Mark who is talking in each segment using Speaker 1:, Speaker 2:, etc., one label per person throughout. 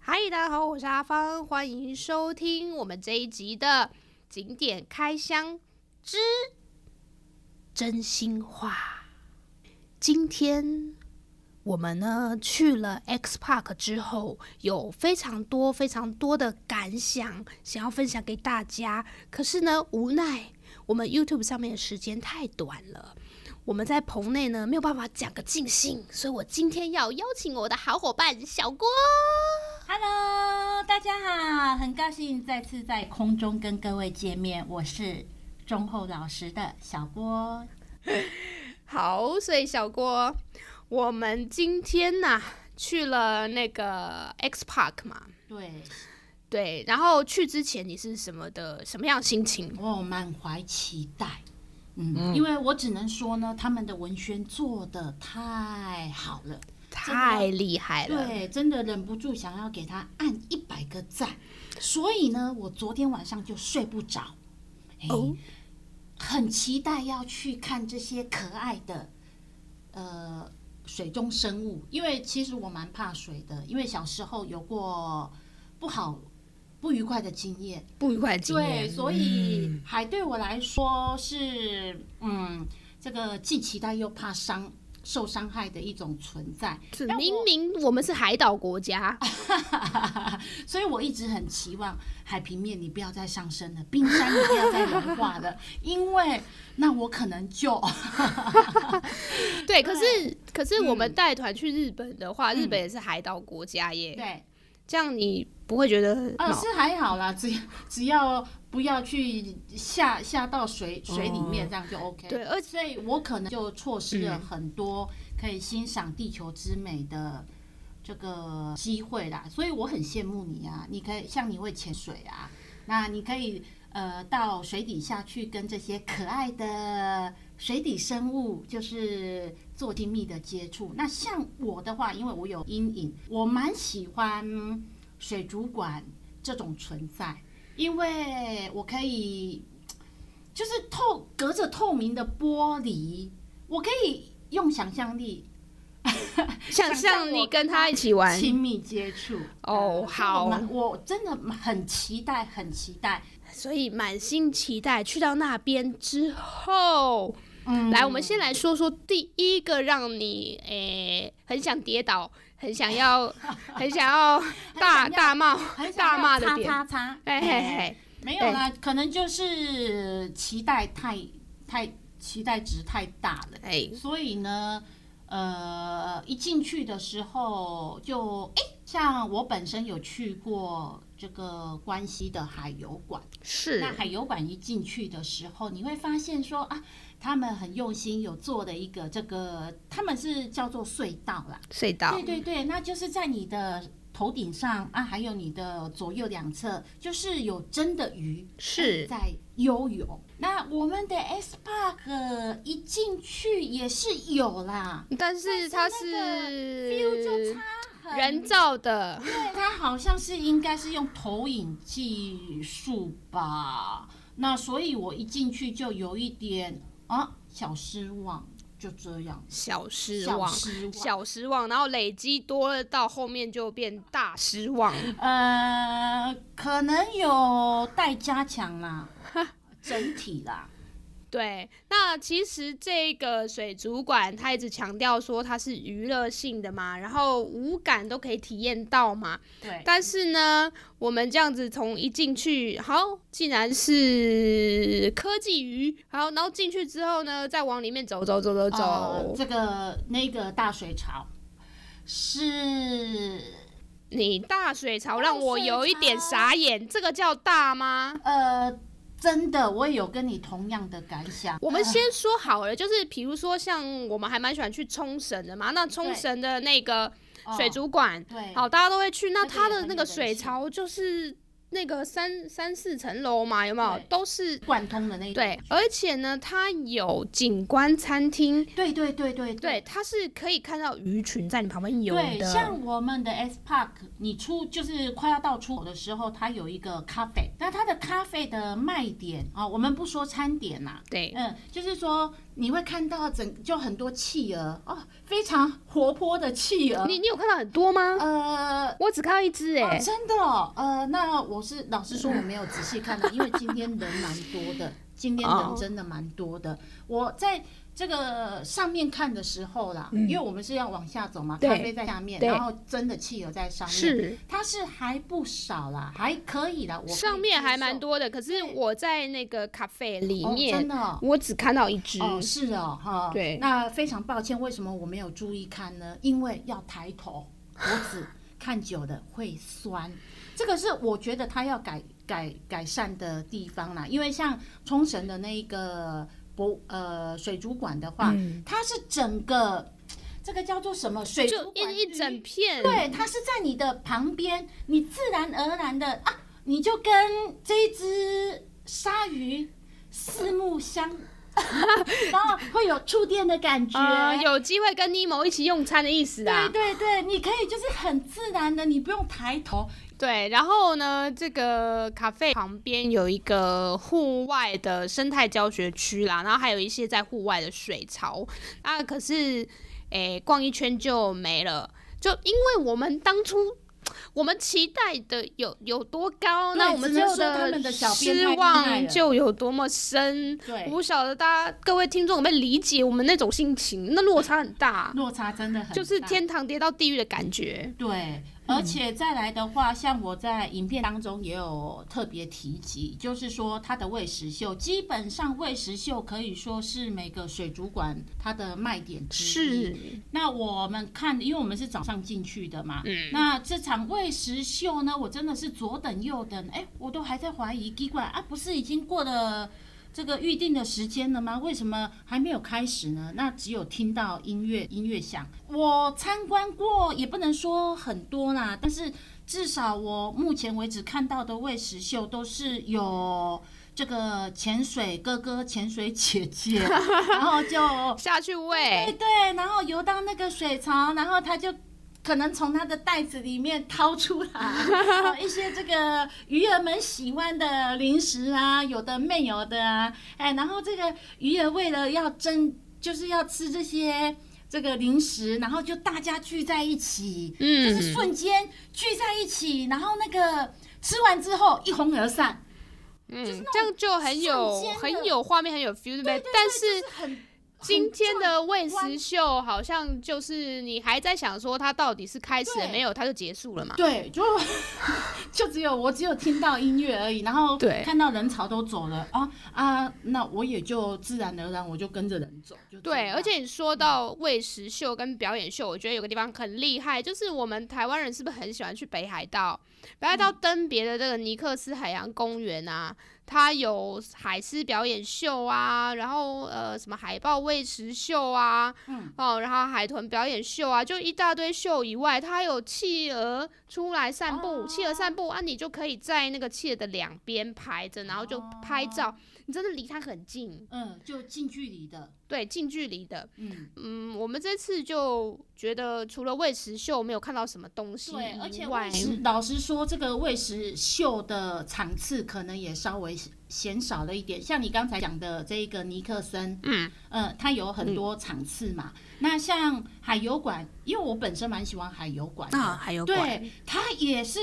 Speaker 1: 嘿，大家好，我是阿芳，欢迎收听我们这一集的景点开箱之真心话。今天我们呢去了 X Park 之后，有非常多非常多的感想想要分享给大家，可是呢，无奈我们 YouTube 上面的时间太短了。我们在棚内呢没有办法讲个尽兴，所以我今天要邀请我的好伙伴小郭。
Speaker 2: Hello，大家好，很高兴再次在空中跟各位见面，我是忠厚老实的小郭。
Speaker 1: 好，所以小郭，我们今天呐、去了那个 X Park 嘛，
Speaker 2: 对，
Speaker 1: 对，然后去之前你是什么的什么样的心情？
Speaker 2: 我满怀期待，嗯，因为我只能说呢，他们的文宣做的太好了，
Speaker 1: 太厉害了，
Speaker 2: 对，真的忍不住想要给他按一百个赞，所以呢，我昨天晚上就睡不着，哎
Speaker 1: 哦
Speaker 2: 很期待要去看这些可爱的呃水中生物，因为其实我蛮怕水的，因为小时候有过不好不愉快的经验，
Speaker 1: 不愉快的经
Speaker 2: 对，
Speaker 1: 验。
Speaker 2: 所以海对我来说是嗯这个既期待又怕伤受伤害的一种存在。
Speaker 1: 是
Speaker 2: 但我啊
Speaker 1: 明明我们是海岛国家，
Speaker 2: 所以我一直很期望海平面你不要再上升了，冰山你不要再融化了，因为那我可能就
Speaker 1: 对，可是可是我们带团去日本的话，日本也是海岛国家耶，
Speaker 2: 嗯对，
Speaker 1: 这样你不会觉得
Speaker 2: 呃，
Speaker 1: 脑
Speaker 2: 是还好啦，只只要不要去下下到水水里面，这样就 OK。
Speaker 1: 对，而且
Speaker 2: 所以我可能就错失了很多可以欣赏地球之美的这个机会啦。所以我很羡慕你啊，你可以像你会潜水啊，那你可以呃到水底下去跟这些可爱的水底生物就是做亲密的接触。那像我的话，因为我有阴影，我蛮喜欢水族馆这种存在，因为我可以就是透隔着透明的玻璃，我可以用想象力
Speaker 1: 想
Speaker 2: 想
Speaker 1: 象
Speaker 2: 象
Speaker 1: 你
Speaker 2: 我
Speaker 1: 跟他一起 玩，
Speaker 2: 亲密接触。
Speaker 1: 哦
Speaker 2: 呃
Speaker 1: 好
Speaker 2: 我蛮我真的很期待，很期待。
Speaker 1: 所以满心期待去到那边之后，
Speaker 2: 嗯
Speaker 1: 来，我们先来说说第一个让你诶、很想跌倒、很想 要、很想要大
Speaker 2: 很想要
Speaker 1: 大 骂
Speaker 2: 很想
Speaker 1: 大骂的
Speaker 2: 要
Speaker 1: 点。
Speaker 2: 叉叉叉，
Speaker 1: 嘿嘿嘿，
Speaker 2: 没有啦，可能就是期待太太期待值太大了。
Speaker 1: 哎，
Speaker 2: 所以呢，呃，一进去的时候就哎、像我本身有去过这个关西的海游馆，
Speaker 1: 是
Speaker 2: 那海游馆一进去的时候，你会发现说啊，他们很用心有做的一个这个，他们是叫做隧道啦，
Speaker 1: 隧道
Speaker 2: 对，对对，那就是在你的。头顶上啊，还有你的左右两侧，就是有真的鱼哎
Speaker 1: 是
Speaker 2: 在游泳。那我们的 S Park 一进去也是有啦，
Speaker 1: 但是它
Speaker 2: 但
Speaker 1: 是
Speaker 2: view 就差很
Speaker 1: 人造的，
Speaker 2: 对，它好像是应该是用投影技术吧。那所以我一进去就有一点啊小失望，就这样，
Speaker 1: 小失
Speaker 2: 小
Speaker 1: 望。
Speaker 2: 失望。
Speaker 1: 小失望，然后累积多了，到后面就变大失望。
Speaker 2: 呃，可能有待加 强啦，整体啦。
Speaker 1: 对，那其实这个水族馆它一直强调说它是娱乐性的嘛，然后五感都可以体验到嘛。
Speaker 2: 对，
Speaker 1: 但是呢，我们这样子从一进去，好，既然是科技鱼，好，然后进去之后呢，再往里面走走走走走，
Speaker 2: 呃、这个那个大水槽是
Speaker 1: 你大水槽让我有一点傻眼，这个叫大吗？
Speaker 2: 呃，真的，我也有跟你同样的感想。
Speaker 1: 我们先说好了，就是比如说像我们还蛮喜欢去冲绳的嘛，那冲
Speaker 2: 对
Speaker 1: 绳的那个
Speaker 2: 呃
Speaker 1: 水族馆。
Speaker 2: 对，
Speaker 1: 好，大家都会去。那
Speaker 2: 那个
Speaker 1: 它
Speaker 2: 也
Speaker 1: 的
Speaker 2: 很
Speaker 1: 那
Speaker 2: 有
Speaker 1: 个
Speaker 2: 人
Speaker 1: 水
Speaker 2: 气
Speaker 1: 槽就是那个三三四层楼嘛，有没有
Speaker 2: 对
Speaker 1: 都是
Speaker 2: 贯通的那一种
Speaker 1: 对，而且呢，它有景观餐厅，
Speaker 2: 对对对对
Speaker 1: 对，它是可以看到鱼群在你旁边游
Speaker 2: 对，
Speaker 1: 的。
Speaker 2: 像我们的 S Park，你出就是快要到出口的时候，它有一个咖啡。那它的咖啡的卖点啊、我们不说餐点呐、
Speaker 1: 对，
Speaker 2: 嗯，就是说你会看到整就很多企鹅哦，非常活泼的企鹅。
Speaker 1: 你你有看到很多吗？
Speaker 2: 呃，
Speaker 1: 我只看到一只哎、
Speaker 2: 哦，真的哦，呃，那我是老实说我没有仔细看到，因为今天人蛮多的，今天
Speaker 1: 哦
Speaker 2: 人真的蛮多的。我在这个上面看的时候啦，因为我们是要往下走嘛，
Speaker 1: 嗯对
Speaker 2: 咖啡在下面，
Speaker 1: 对
Speaker 2: 然后真的汽油在上面，
Speaker 1: 是
Speaker 2: 它是还不少啦，还可以啦，我可以
Speaker 1: 上面还蛮
Speaker 2: 接
Speaker 1: 多的，可是我在那个咖啡里
Speaker 2: 受哦，
Speaker 1: 面，
Speaker 2: 真的哦。
Speaker 1: 我只看到一只。
Speaker 2: 哦，是哦，哈，
Speaker 1: 对
Speaker 2: 那非常抱歉，为什么我没有注意看呢？因为要抬头，脖 子看久了会酸，这个是我觉得他要改改改善的地方啦。因为像冲绳的那一个博呃水族馆的话，
Speaker 1: 嗯
Speaker 2: 它是整个这个叫做什么水
Speaker 1: 就
Speaker 2: 族馆
Speaker 1: 一一整
Speaker 2: 域
Speaker 1: 片，
Speaker 2: 对，它是在你的旁边，你自然而然的啊，你就跟这一只鲨鱼四目相， 然后会有触电的感觉。
Speaker 1: 呃，有机会跟尼莫一起用餐的意思
Speaker 2: 对
Speaker 1: 啊。
Speaker 2: 对对，你可以就是很自然的，你不用抬头。
Speaker 1: 对，然后呢，这个咖啡旁边有一个户外的生态教学区啦，然后还有一些在户外的水槽。啊，可是，诶，逛一圈就没了，就因为我们当初。我们期待的有有多高，
Speaker 2: 对
Speaker 1: 那我们
Speaker 2: 只能
Speaker 1: 就
Speaker 2: 说他们的小编
Speaker 1: 失
Speaker 2: 太厉害
Speaker 1: 望
Speaker 2: 了
Speaker 1: 就有多么深。
Speaker 2: 对
Speaker 1: 我不晓得大家各位听众有没有理解我们那种心情，那落差很大，
Speaker 2: 落差真的很大，嗯
Speaker 1: 就是天堂跌到地狱的感觉。
Speaker 2: 对，而且再来的话，像我在影片当中也有特别提及，就是说它的喂食秀，基本上喂食秀可以说是每个水族馆它的卖点之一。
Speaker 1: 是，
Speaker 2: 那我们看，因为我们是早上进去的嘛，嗯，那这场喂食秀呢，我真的是左等右等，哎，我都还在怀疑，奇怪啊，不是已经过了这个预定的时间了吗？为什么还没有开始呢？那只有听到音乐音乐响。我参观过，也不能说很多啦，但是至少我目前为止看到的喂食秀都是有。这个潜水哥哥、潜水姐姐，然后就
Speaker 1: 下去喂
Speaker 2: 对。对，然后游到那个水槽，然后他就可能从他的袋子里面 掏出来哦一些这个鱼儿们喜欢的零食啊，有的没有的啊，哎，然后这个鱼儿为了要争，就是要吃这些。这个零食，然后就大家聚在一起，
Speaker 1: 嗯
Speaker 2: 就是瞬间聚在一起，然后那个吃完之后一哄而散，
Speaker 1: 嗯，这样就很有
Speaker 2: 瞬间的
Speaker 1: 很有画面，很有 feel，对不
Speaker 2: 对
Speaker 1: 对
Speaker 2: 对？
Speaker 1: 但
Speaker 2: 对
Speaker 1: 是
Speaker 2: 就是很
Speaker 1: 今天
Speaker 2: 很壮
Speaker 1: 的喂食秀好像就是你还在想说它到底是开始了
Speaker 2: 对
Speaker 1: 没有，它就结束了嘛？
Speaker 2: 对，就 就只有我只有听到音乐而已，然后
Speaker 1: 对
Speaker 2: 看到人潮都走了啊啊，那我也就自然而然我就跟着人走，就这
Speaker 1: 对，
Speaker 2: 样
Speaker 1: 而且你说到喂食秀跟表演秀，我觉得有个地方很厉害，就是我们台湾人是不是很喜欢去北海道？北海道登别的这个尼克斯海洋公园啊，它有海狮表演秀啊，然后呃什么海豹喂食秀啊，
Speaker 2: 嗯
Speaker 1: 哦，然后海豚表演秀啊，就一大堆秀以外，它还有企鹅出来散步，企鹅散步啊，你就可以在那个企鹅的两边排着，然后就拍照，你真的离它很近，
Speaker 2: 嗯，就近距离的，
Speaker 1: 对，近距离的。
Speaker 2: 嗯，
Speaker 1: 嗯，我们这次就觉得除了喂食秀没有看到什么东西
Speaker 2: 对，而
Speaker 1: 以
Speaker 2: 且
Speaker 1: 外
Speaker 2: 喂，食老实说，这个喂食秀的场次可能也稍微嫌少了一点，像你刚才讲的这一个尼克森，
Speaker 1: 嗯，
Speaker 2: 呃，它有很多场次嘛，那像海游馆，因为我本身蛮喜欢海游馆的。
Speaker 1: 还有
Speaker 2: 对，它也是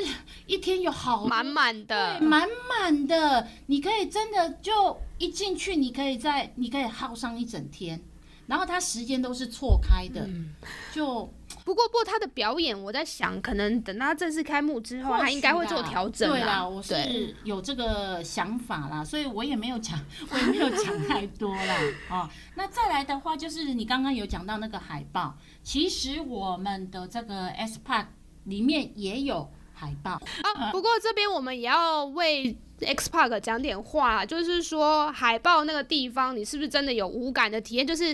Speaker 2: 一天有好多
Speaker 1: 满满的
Speaker 2: 对，，满满的，你可以真的就一进去，你可以在，你可以耗上一整天，然后它时间都是错开的，
Speaker 1: 嗯
Speaker 2: 就
Speaker 1: 不过不过他的表演，我在想，可能等他正式开幕之后，
Speaker 2: 或许
Speaker 1: 他应该会
Speaker 2: 啦
Speaker 1: 做调整
Speaker 2: 对啦，
Speaker 1: 啦。
Speaker 2: 我
Speaker 1: 对
Speaker 2: 是嗯有这个想法啦，所以我也没有讲， 我也没有讲太多啦。哦，那再来的话，就是你刚刚有讲到那个海报，其实我们的这个 S Park 里面也有。海报。
Speaker 1: 啊，不过这边我们也要为 X Park 讲点话，就是说海豹那个地方，你是不是真的有无感的体验？就是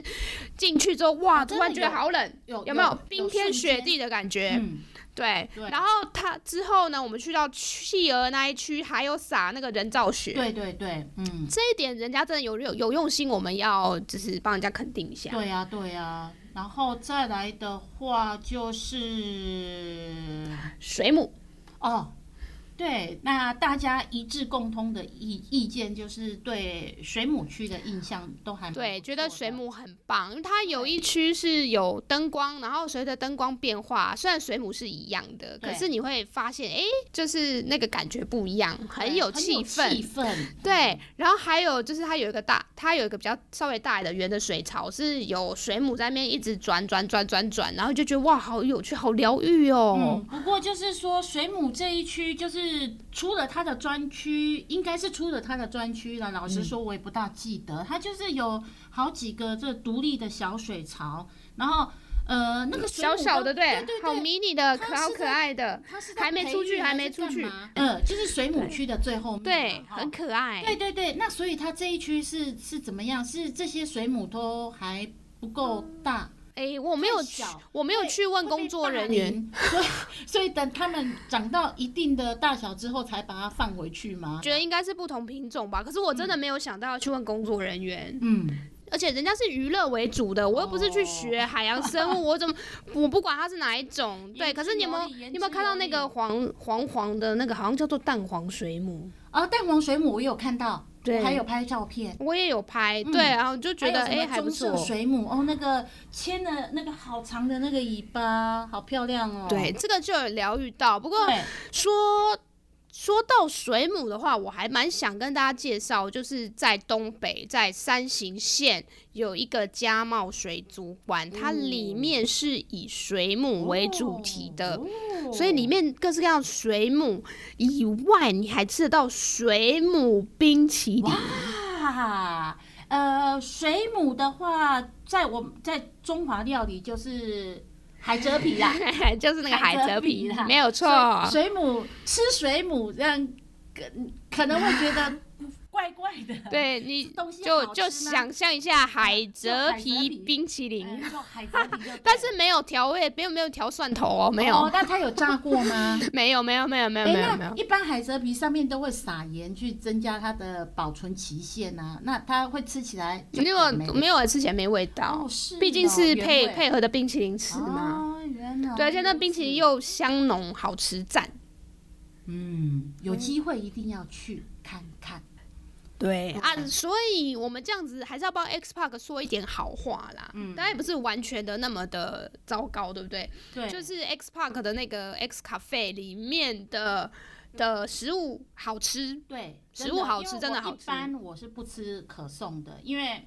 Speaker 1: 进去之后，哇，
Speaker 2: 哦真
Speaker 1: 突
Speaker 2: 的
Speaker 1: 然觉得
Speaker 2: 有
Speaker 1: 好冷，
Speaker 2: 有
Speaker 1: 有没有
Speaker 2: 有
Speaker 1: 冰天雪地的感觉？
Speaker 2: 嗯，
Speaker 1: 对。
Speaker 2: 对
Speaker 1: 然后它之后呢，我们去到企鹅那一区，还有撒那个人造雪。
Speaker 2: 对对对，嗯，
Speaker 1: 这一点人家真的有有有用心，我们要就是帮人家肯定一下。
Speaker 2: 对呀、对呀、然后再来的话就是
Speaker 1: 水母，
Speaker 2: 哦，对，那大家一致共通的意意见就是对水母区的印象都还蛮
Speaker 1: 对，
Speaker 2: 不
Speaker 1: 觉得
Speaker 2: 错
Speaker 1: 水
Speaker 2: 的
Speaker 1: 母很棒，因为它有一区是有灯光，然后随着灯光变化，虽然水母是一样的，可
Speaker 2: 对
Speaker 1: 是你会发现，哎，就是那个感觉不一样，
Speaker 2: 对
Speaker 1: 很有
Speaker 2: 气
Speaker 1: 气氛。
Speaker 2: 氛嗯
Speaker 1: 对，然后还有就是它有一个大，它有一个比较稍微大一点的圆的水槽，是有水母在那边一直转转转转转，然后就觉得哇，好有趣，好疗愈哦。
Speaker 2: 嗯，不过就是说，水母这一区就是出了它的专区，应该是出了它的专区了。老实
Speaker 1: 嗯
Speaker 2: 说，我也不大记得，它就是有好几个这独立的小水槽，然后呃，那个水
Speaker 1: 小
Speaker 2: 母
Speaker 1: 小
Speaker 2: 都
Speaker 1: 的，对，
Speaker 2: 对
Speaker 1: 好
Speaker 2: 对对，
Speaker 1: 迷你的，
Speaker 2: 它
Speaker 1: 可好
Speaker 2: 是
Speaker 1: 可
Speaker 2: 在
Speaker 1: 爱的，
Speaker 2: 它是
Speaker 1: 还没出去还没出去
Speaker 2: 嗯、呃，就是水母区的最后面嘛，
Speaker 1: 对，
Speaker 2: 哈
Speaker 1: 很可爱。
Speaker 2: 对对对，那所以它这一区是是怎么样？是这些水母都还不够大，
Speaker 1: 哎，我没有
Speaker 2: 太
Speaker 1: 去
Speaker 2: 小，
Speaker 1: 我没有去问工作人员。
Speaker 2: 所以所以等他们长到一定的大小之后，才把它放回去吗？
Speaker 1: 觉得应该是不同品种吧，可是我真的没有想到要去问工作人员，
Speaker 2: 嗯，
Speaker 1: 而且人家是娱乐为主的，我又不是去学海洋生 物，我怎么我不管它是哪一种，对，
Speaker 2: 言之
Speaker 1: 可是你有没有
Speaker 2: 有理言之
Speaker 1: 你有没有看到那
Speaker 2: 有
Speaker 1: 个
Speaker 2: 理
Speaker 1: 黄黄黄的那个好像叫做蛋黄水母，
Speaker 2: 啊，蛋黄水母我有看到，
Speaker 1: 对
Speaker 2: 我还有拍照片。
Speaker 1: 我也有拍，
Speaker 2: 嗯
Speaker 1: 对，然后就觉得哎还
Speaker 2: 还有
Speaker 1: 不
Speaker 2: 什么棕
Speaker 1: 错，
Speaker 2: 色水母哦，那个牵了那个好长的那个尾巴，好漂亮哦。
Speaker 1: 对，这个就有疗愈到，不过
Speaker 2: 对，
Speaker 1: 说说到水母的话，我还蛮想跟大家介绍，就是在东北，在山形县有一个家茂水族馆，它里面是以水母为主题的。
Speaker 2: 哦
Speaker 1: 所以里面各式各样的水母以外，你还吃得到水母冰淇淋。
Speaker 2: 啊，呃，水母的话，在我们在中华料理就是海蜇皮啦，
Speaker 1: 就是那个海
Speaker 2: 海
Speaker 1: 蜇
Speaker 2: 蜇皮
Speaker 1: 皮
Speaker 2: 啦，
Speaker 1: 没有错。
Speaker 2: 水水母吃水母这样，可可能会觉得怪怪的。
Speaker 1: 对你
Speaker 2: 东西
Speaker 1: 就
Speaker 2: 好吃
Speaker 1: 就
Speaker 2: 吗
Speaker 1: 想象一下海
Speaker 2: 就
Speaker 1: 蜇
Speaker 2: 海蜇
Speaker 1: 皮
Speaker 2: 皮
Speaker 1: 冰淇淋，
Speaker 2: 嗯，就海蜇皮就对 了，
Speaker 1: 但是没有调味，没有没有调蒜头哦，没有。
Speaker 2: 哦，但它有炸过吗？
Speaker 1: 没有没有没有 没有
Speaker 2: 哎，
Speaker 1: 没有没
Speaker 2: 那
Speaker 1: 有，
Speaker 2: 一般海蜇皮上面都会撒盐去增加它的保存期限啊，那它会吃起来就
Speaker 1: 因为
Speaker 2: 没
Speaker 1: 我没有吃起来没味道
Speaker 2: 哦，，是
Speaker 1: 毕竟
Speaker 2: 哦
Speaker 1: 是
Speaker 2: 原
Speaker 1: 配
Speaker 2: 味
Speaker 1: 配合的冰淇淋吃嘛。
Speaker 2: 哦，原来
Speaker 1: 对，而且那
Speaker 2: 如
Speaker 1: 冰淇
Speaker 2: 此
Speaker 1: 淋又香浓好吃，赞。
Speaker 2: 嗯，有机会一定要去看看。
Speaker 1: 对啊，
Speaker 2: 嗯
Speaker 1: 所以我们这样子还是要帮 X Park 说一点好话啦。嗯，当然也不是完全的那么的糟糕，对不对？
Speaker 2: 对
Speaker 1: 就是 X Park 的那个 X Cafe 里面的的食物好吃，
Speaker 2: 对，
Speaker 1: 食
Speaker 2: 真
Speaker 1: 物
Speaker 2: 的
Speaker 1: 好
Speaker 2: 因
Speaker 1: 吃
Speaker 2: 为
Speaker 1: 真的
Speaker 2: 我
Speaker 1: 好吃
Speaker 2: 一般我是不吃可颂的，因为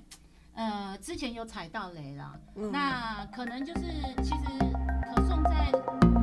Speaker 2: 呃
Speaker 1: 嗯
Speaker 2: 之前有踩到雷了。那可能就是其实可颂在